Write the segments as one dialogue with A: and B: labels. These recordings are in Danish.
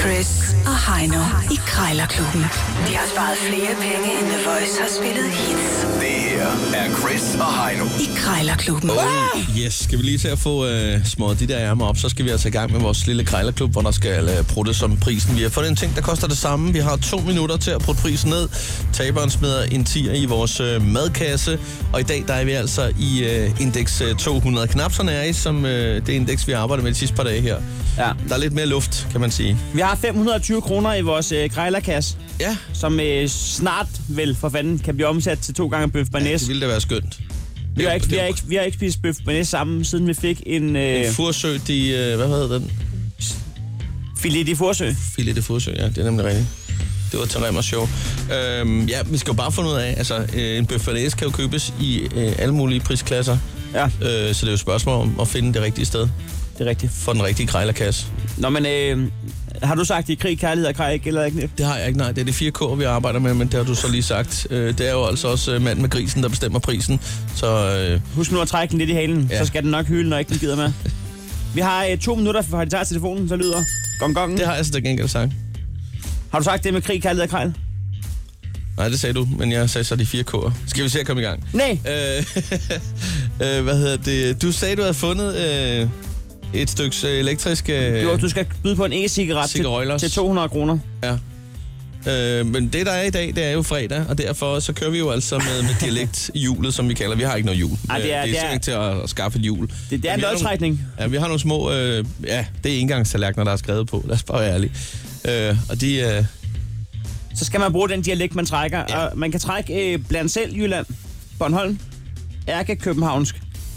A: Chris og Heino i Krejlerklubben. De har sparet flere penge, end The Voice har spillet hits
B: Det her er Chris og Heino.
A: i Krejlerklubben.
C: Yes, skal vi lige til at få øh, smået de der ærmer op, så skal vi altså i gang med vores lille krejlerklub, hvor der skal øh, pruttes som prisen. Vi har fundet en ting, der koster det samme. Vi har to minutter til at prutte prisen ned. Taberen smider en 10'er i vores øh, madkasse, og i dag der er vi altså i øh, indeks øh, 200. Knap så nær i, som øh, det indeks, vi arbejder med de sidste par dage her.
D: Ja.
C: Der er lidt mere luft, kan man sige.
D: Vi har 520 kroner i vores øh, grejlerkasse,
C: Ja,
D: som øh, snart vel for fanden kan blive omsat til to gange bøf
C: det
D: bernæs.
C: ville da være skønt.
D: vi, har ikke, vi, har ikke, vi har ikke spist bøf bernæs sammen, siden vi fik en øh,
C: Fursø, de, øh, hvad hedder den?
D: filet i forsøg.
C: Filet de Fursø, ja, det er nemlig rigtigt. Det var til Remmers show. Øhm, ja, vi skal jo bare finde ud af, altså øh, en bøf bernæs kan jo købes i øh, alle mulige prisklasser,
D: Ja,
C: øh, så det er jo et spørgsmål om at finde det rigtige sted
D: det er rigtigt.
C: for den rigtige krejlerkasse.
D: Nå, men øh, har du sagt i krig, kærlighed og krig, eller ikke?
C: Det har jeg ikke, nej. Det er de fire K'er, vi arbejder med, men det har du så lige sagt. Øh, det er jo altså også øh, manden med grisen, der bestemmer prisen, så øh,
D: Husk nu at trække den lidt i halen,
C: Ja.
D: ja. så skal den nok hyle, når ikke den gider med. Vi har øh, to minutter, fra de tager telefonen, så lyder gong gong.
C: det har jeg så til gengæld sagt.
D: Har du sagt det med krig, kærlighed og krig?
C: Nej, det sagde du, men jeg sagde så de fire K'er. Skal vi se at komme i gang?
D: Nej,
C: Øh, øh, hvad hedder det? Du sagde, du havde fundet øh, et stykke øh, elektrisk... Øh,
D: jo, du skal byde på en e-cigaret til,
C: Cigarøjlers.
D: til 200 kroner.
C: Ja. Øh, men det, der er i dag, det er jo fredag, og derfor så kører vi jo altså med, med dialekthjulet, som vi kalder. Vi har ikke noget hjul.
D: Ej, det er-
C: Øh, det er
D: det er-
C: simpelthen ikke til at, at skaffe et hjul.
D: Det, det er en
C: Men vi har nogle-
D: lodtrækning.
C: Ja, vi har nogle små... Øh, ja, det er engangstallerkener, der er skrevet på. Lad os bare være ærlige. Øh, og de... Øh,
D: så skal man bruge den dialekt, man trækker. Ja. Og man kan trække øh, blandt selv Jylland, Bornholm, Ærke, Københavnsk,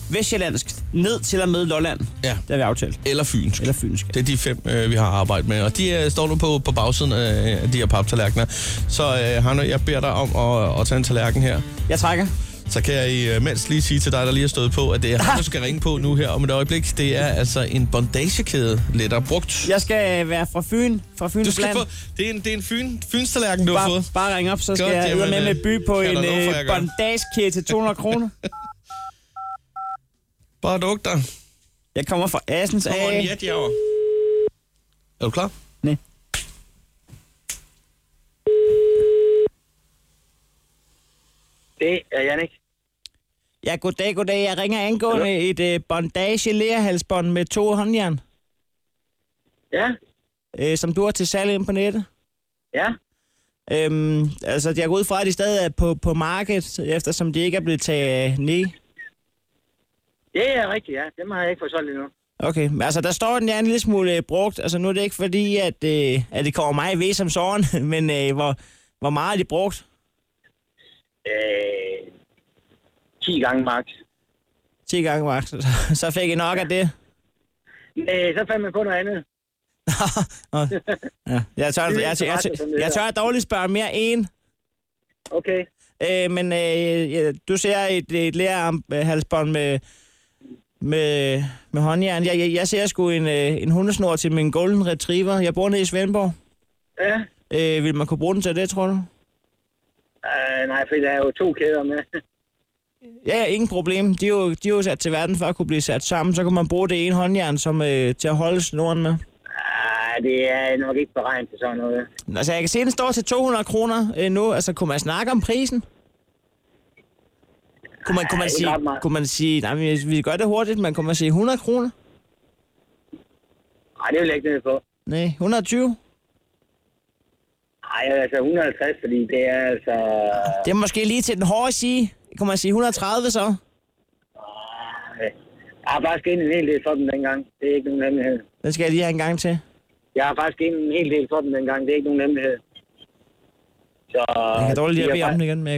D: Vestjyllandsk, ned til og med Lolland.
C: ja,
D: Det har vi aftalt.
C: eller fynsk.
D: Eller Fynsk.
C: Det er de fem, øh, vi har arbejdet med, og de øh, står nu på, på bagsiden øh, af de her paptallerkener. Så øh, Hanne, jeg beder dig om at, at tage en tallerken her.
D: Jeg trækker.
C: Så kan jeg imens lige sige til dig, der lige har stået på, at det er ham, du skal ringe på nu her om et øjeblik. Det er altså en bondagekæde, lettere brugt.
D: Jeg skal øh, være fra Fyn. Fra Fyns
C: Du skal
D: land.
C: få, det er en, det er en fyn, fynstallerken, du har
D: Bare,
C: fået.
D: bare ring op, så skal
C: Godt,
D: jeg
C: jamen,
D: ud med
C: øh,
D: med by på
C: kan jeg
D: en
C: da love for, jeg
D: øh,
C: gør.
D: bondagskæde til 200 kroner.
C: Bare duk dig.
D: Jeg kommer fra Assens
C: Kom on,
D: af.
C: jet, javer. Er du klar?
D: Nej.
E: Det er Jannik.
D: Ja, goddag, goddag. Jeg ringer angående et øh, bondage lærhalsbånd med to håndjern,
E: Ja,
D: øh, som du har til salg ind på nettet.
E: ja,
D: Øhm, altså, jeg går ud fra, at de stadig er på, på markedet, eftersom de ikke er blevet taget E. ned.
E: det er rigtigt, ja. Dem har jeg ikke fået solgt endnu.
D: Okay, men altså, der står den der en lille smule øh, brugt. Altså, nu er det ikke fordi, at, øh, at det kommer mig ved som såren, men øh, hvor, hvor meget er de brugt?
E: Øh, 10 gange max.
D: 10 gange, Max. Så, så fik jeg nok af det.
E: Nej, så fandt man på noget andet.
D: Ja, jeg, tør, jeg, jeg, jeg, jeg, jeg tør dårligt spørge mere end.
E: Okay.
D: Øh, men øh, ja, du ser et, et lærhalsbånd med, med, med håndjern. Jeg, jeg, jeg ser sgu en, øh, en hundesnor til min golden retriever. Jeg bor nede i Svendborg.
E: Ja.
D: Øh, vil man kunne bruge den til det, tror du?
E: Øh, nej, for der er jo to kæder med.
D: Ja, ja, ingen problem. De er, jo, de er jo sat til verden for at kunne blive sat sammen. Så kan man bruge det ene håndjern som, øh, til at holde snoren med.
E: Ah, det er nok ikke beregnet til sådan noget.
D: Altså, jeg kan se, den står til 200 kroner øh, nu. Altså, kunne man snakke om prisen? Kunne man, kunne man
E: ikke
D: sige,
E: ret meget.
D: kunne man sige, nej, men vi gør det hurtigt, men kunne man sige 100 kroner?
E: Nej, det vil jeg ikke ned på.
D: Nej, 120?
E: Nej, altså 150, fordi det er altså...
D: Det er måske lige til den hårde sige. Kunne man sige 130 så?
E: Øh, Jeg har faktisk ind en hel del for dem dengang. Det er ikke nogen hemmelighed.
D: Den skal jeg lige have en gang til.
E: Jeg har faktisk ind en hel del for dem dengang. Det er ikke nogen hemmelighed. Så...
D: Jeg kan dårligt lide
E: de
D: at bede
E: er
D: om
E: fa-
D: den igen, men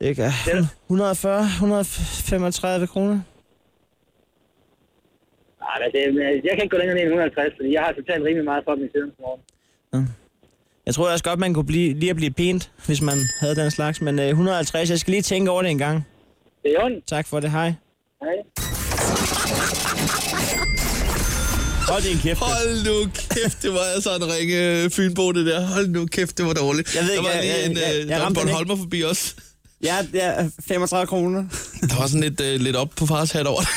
D: jeg... Det er 140, 135 kroner.
E: Nej, men det, men jeg kan ikke gå længere ned end 150, fordi jeg har totalt rimelig meget for dem i siden.
D: Jeg tror også godt, man kunne blive, lige at blive pænt, hvis man havde den slags. Men øh, 150, jeg skal lige tænke over det en gang.
E: Det er ondt.
D: Tak for det, hej.
E: Hej.
D: Hold din kæft.
C: Hold nu kæft, det var altså en ringe øh, fynbo, det der. Hold nu kæft, det var dårligt.
D: Jeg ved ikke,
C: der var
D: jeg-
C: lige
D: jeg-
C: en,
D: jeg-
C: øh,
D: jeg
C: der var en
D: ramte den ikke.
C: Bornholmer forbi os.
F: Ja,
D: øh,
F: ja 35 kroner.
C: Der var sådan lidt, øh, lidt op på fars hat over det.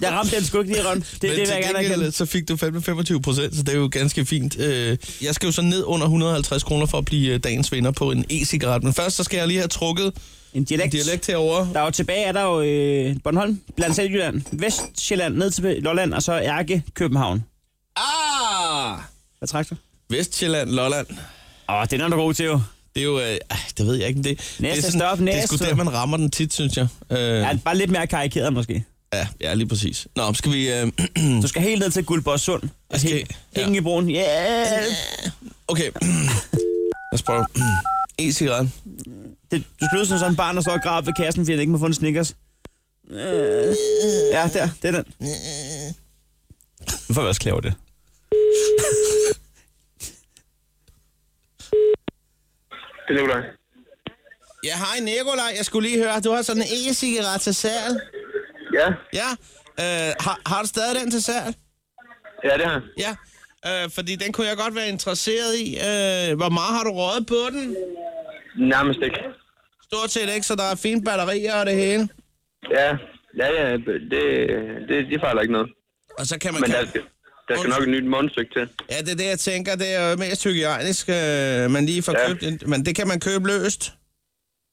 D: Jeg ramte den sgu ikke lige rundt. Det er
C: Men
D: det,
C: til
D: jeg gerne
C: gengæld,
D: erkende.
C: så fik du fandme 25 procent, så det er jo ganske fint. Øh, Jeg skal jo så ned under 150 kroner for at blive øh, dagens vinder på en e-cigaret. Men først så skal jeg lige have trukket
D: En
C: en
D: dialekt.
C: dialekt herover.
D: Der er jo tilbage, er der jo øh, Bornholm, blandt selv Jylland, Vestjylland, ned til Lolland, og så Ærke, København.
C: Ah!
D: Hvad trak du?
C: Vestjylland, Lolland.
D: Åh, det er noget, du er god til jo.
C: Det er jo... Øh, ej, det ved jeg ikke, men det, det er,
D: stop,
C: det er sgu
D: næste.
C: der, man rammer den tit, synes jeg. Øh,
D: Ja,
C: ja.
D: bare lidt mere karikeret måske.
C: ja. ja, lige præcis. Nå, skal vi... Øh,
D: Du skal helt ned til Guldborgsund.
C: Jeg skal- ja.
D: Hænge i broen. Yeah.
C: okay. Lad os prøve. E-cigaret.
D: Det, du skal lyde som sådan en barn, der står og græder op ved kassen, fordi han ikke må få en Snickers. Øh. Ja, der. Det er den.
F: Nu får vi også klare det.
G: Det er Nikolaj.
C: Ja, hej Nikolaj. Jeg skulle lige høre, du har sådan en e-cigaret til salg.
G: Ja,
C: Ja. Øh, har, har du stadig den til salg?
G: ja det har jeg.
C: Ja. Øh, fordi den kunne jeg godt være interesseret i. Øh, hvor meget har du røget på den?
G: Nærmest ikke.
C: Stort set ikke, så der er fine batterier og det hele.
G: Ja, ja, ja det, det, de fejler ikke noget.
C: Og så kan man...
G: Men altså-
C: kan-
G: der skal, der skal nok et nyt mundstykke til.
C: Ja, det er det, jeg tænker. Det er jo mest hygiejnisk, øh, man lige får ja.
G: Ja.
C: købt. en- Men det kan man købe løst.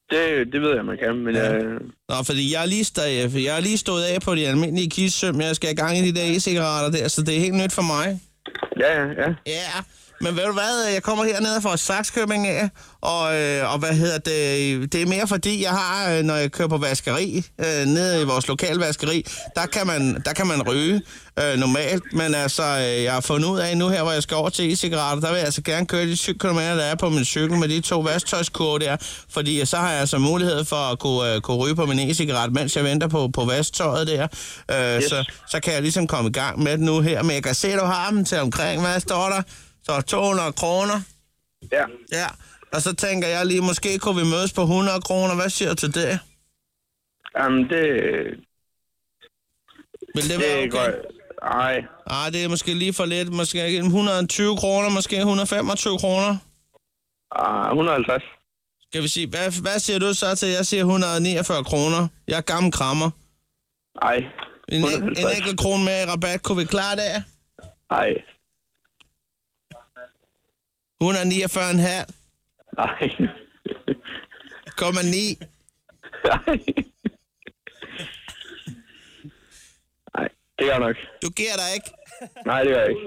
G: Det, det ved jeg, man kan, men ja. øh,
C: Nå, fordi jeg er lige, stået, jeg er lige stået af på de almindelige kissesøm. Jeg skal i gang i de der e-cigaretter der, så det er helt nyt for mig.
G: ja, ja, ja.
C: Ja, men ved du hvad, jeg kommer hernede fra Saxkøbing af, og, øh, og hvad hedder det, det er mere fordi, jeg har, øh, når jeg kører på vaskeri, øh, nede i vores lokale vaskeri, der kan man, der kan man ryge øh, normalt, men altså, øh, jeg har fundet ud af nu her, hvor jeg skal over til e-cigaretter, der vil jeg altså gerne køre de 7 km, der er på min cykel med de to vasktøjskurve der, fordi så har jeg altså mulighed for at kunne, øh, kunne ryge på min e-cigaret, mens jeg venter på, på vasktøjet der, øh, yes. så, så kan jeg ligesom komme i gang med det nu her, men jeg kan se, at du har dem til omkring, hvad står der? Så 200 kroner.
G: ja.
C: Ja. Og så tænker jeg lige, måske kunne vi mødes på 100 kroner. Hvad siger du til det?
G: Jamen, det,
C: Vil det,
G: det
C: være okay?
G: er godt. Ej,
C: Ej, det er måske lige for lidt. Måske 120 kroner, måske 125 kroner.
G: ah, 150.
C: Skal vi sige, hvad, hvad siger du så til? Jeg siger 149 kroner. Jeg er gammel krammer.
G: Ej,
C: En, en, en
G: 150.
C: enkelt krone mere i rabat, kunne vi klare det?
G: Ej,
C: 149,5.
G: ej,
C: Kommer 9.
G: ej. Ej, det gør jeg nok.
C: Du giver dig ikke.
G: Nej, det gør jeg ikke.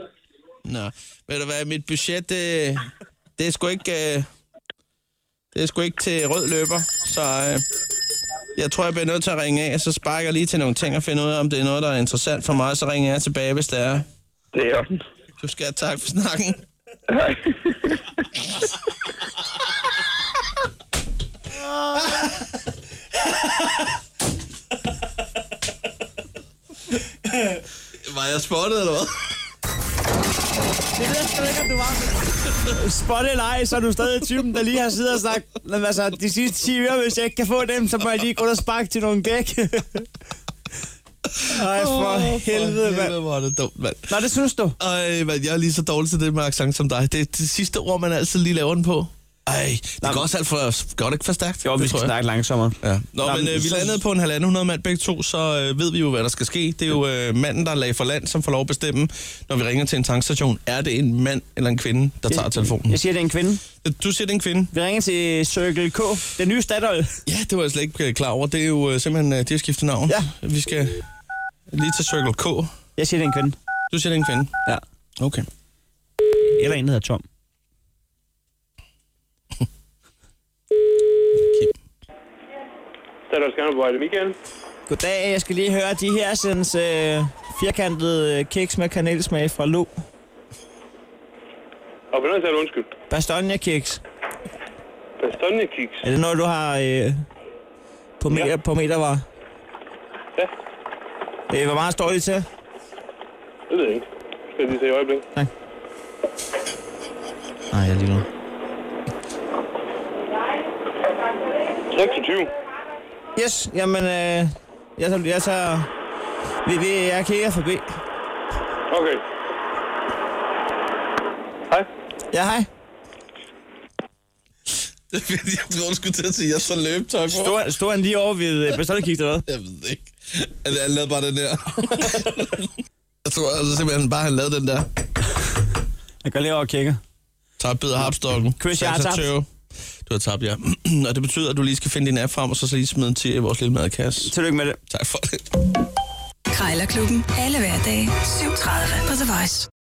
C: Nå, ved du hvad, mit budget, det, det er sgu ikke... øh, Det er sgu ikke til rød løber, så øh, jeg tror, jeg bliver nødt til at ringe af, så sparker jeg lige til nogle ting og finder ud af, om det er noget, der er interessant for mig, så ringer jeg tilbage, hvis det er.
G: Det er orden.
C: Du skal have tak for snakken.
G: Hej.
C: Var jeg spottet eller hvad?
D: Spot eller ej, så er du stadig typen, der lige har siddet og sagt, "Nå, men altså, de sidste 10 øre, hvis jeg ikke kan få dem, så må jeg lige gå ud og sparke til nogle dæk. Ej, for oh, helvede, mand.
C: Hvor er det dumt, mand.
D: Nå, det synes du.
C: Ej, mand, jeg er lige så dårlig til det med accent som dig. Det er det sidste ord, man altid lige laver den på. Ej, det går også alt for, går det ikke for stærkt?
D: Jo,
C: Det
D: vi
C: tror
D: skal
C: jeg.
D: snakke langsommere.
C: Ja. Nå,
D: Nå,
C: men
D: men
C: øh, vi
D: så-
C: landede på en halvanden hundrede mand begge to, så øh, ved vi jo, hvad der skal ske. Det er jo øh, manden, der lagde for land, som får lov at bestemme, når vi ringer til en tankstation. Er det en mand eller en kvinde, der tager telefonen?
D: Jeg siger, det er en kvinde.
C: Du siger, det er en kvinde.
D: Vi ringer til Circle K, den nye Statoil.
C: Ja, det var jeg slet ikke øh, klar over. Det er jo øh, simpelthen, øh, de har skiftet navn.
D: Ja.
C: Vi skal lige til Circle K.
D: Jeg siger, det er en kvinde.
C: Du siger, det er en kvinde.
D: Ja.
C: Okay.
D: Eller en, der hedder Tom.
G: Så er der Skanderborg, er det Michael?
D: Goddag, jeg skal lige høre de her sens øh, firkantede øh, kiks med kanelsmag fra Lo.
G: Og hvornår sagde du undskyld?
D: Bastogne kiks.
G: Pastanjekiks?
D: Er det noget, du har øh, på, meter, ja. på metervarer?
G: Ja,
D: Øh, hvor meget står det til?
G: det ved jeg ikke. Skal jeg lige se i øjeblik?
D: Nej, jeg lige nu.
G: 26.
D: Yes, jamen, øh, jeg tager... Jeg, tager vi, vi, jeg kigger forbi.
G: Okay. Hej.
D: Ja, hej.
C: jeg tror, du skulle til at sige, at jeg så løbetøj på.
D: Stod, han- stod han lige over ved øh, bestollerkik eller hvad?
C: Jeg ved det ikke. Altså, han lavede bare den der. jeg tror altså simpelthen bare, han lavede den der.
F: Jeg går lige over og kigger.
C: Tabt bid af harpstokken.
D: Chris, jeg har
C: Salsa
D: tabt.
C: tøve. Du har tabt, ja. og det betyder, at du lige skal finde din app frem, og så lige smide den til i vores lille madkasse.
F: Tillykke med det.
C: Tak for det.
A: Krejlerklubben. Alle hverdage. 7.30 på The Voice.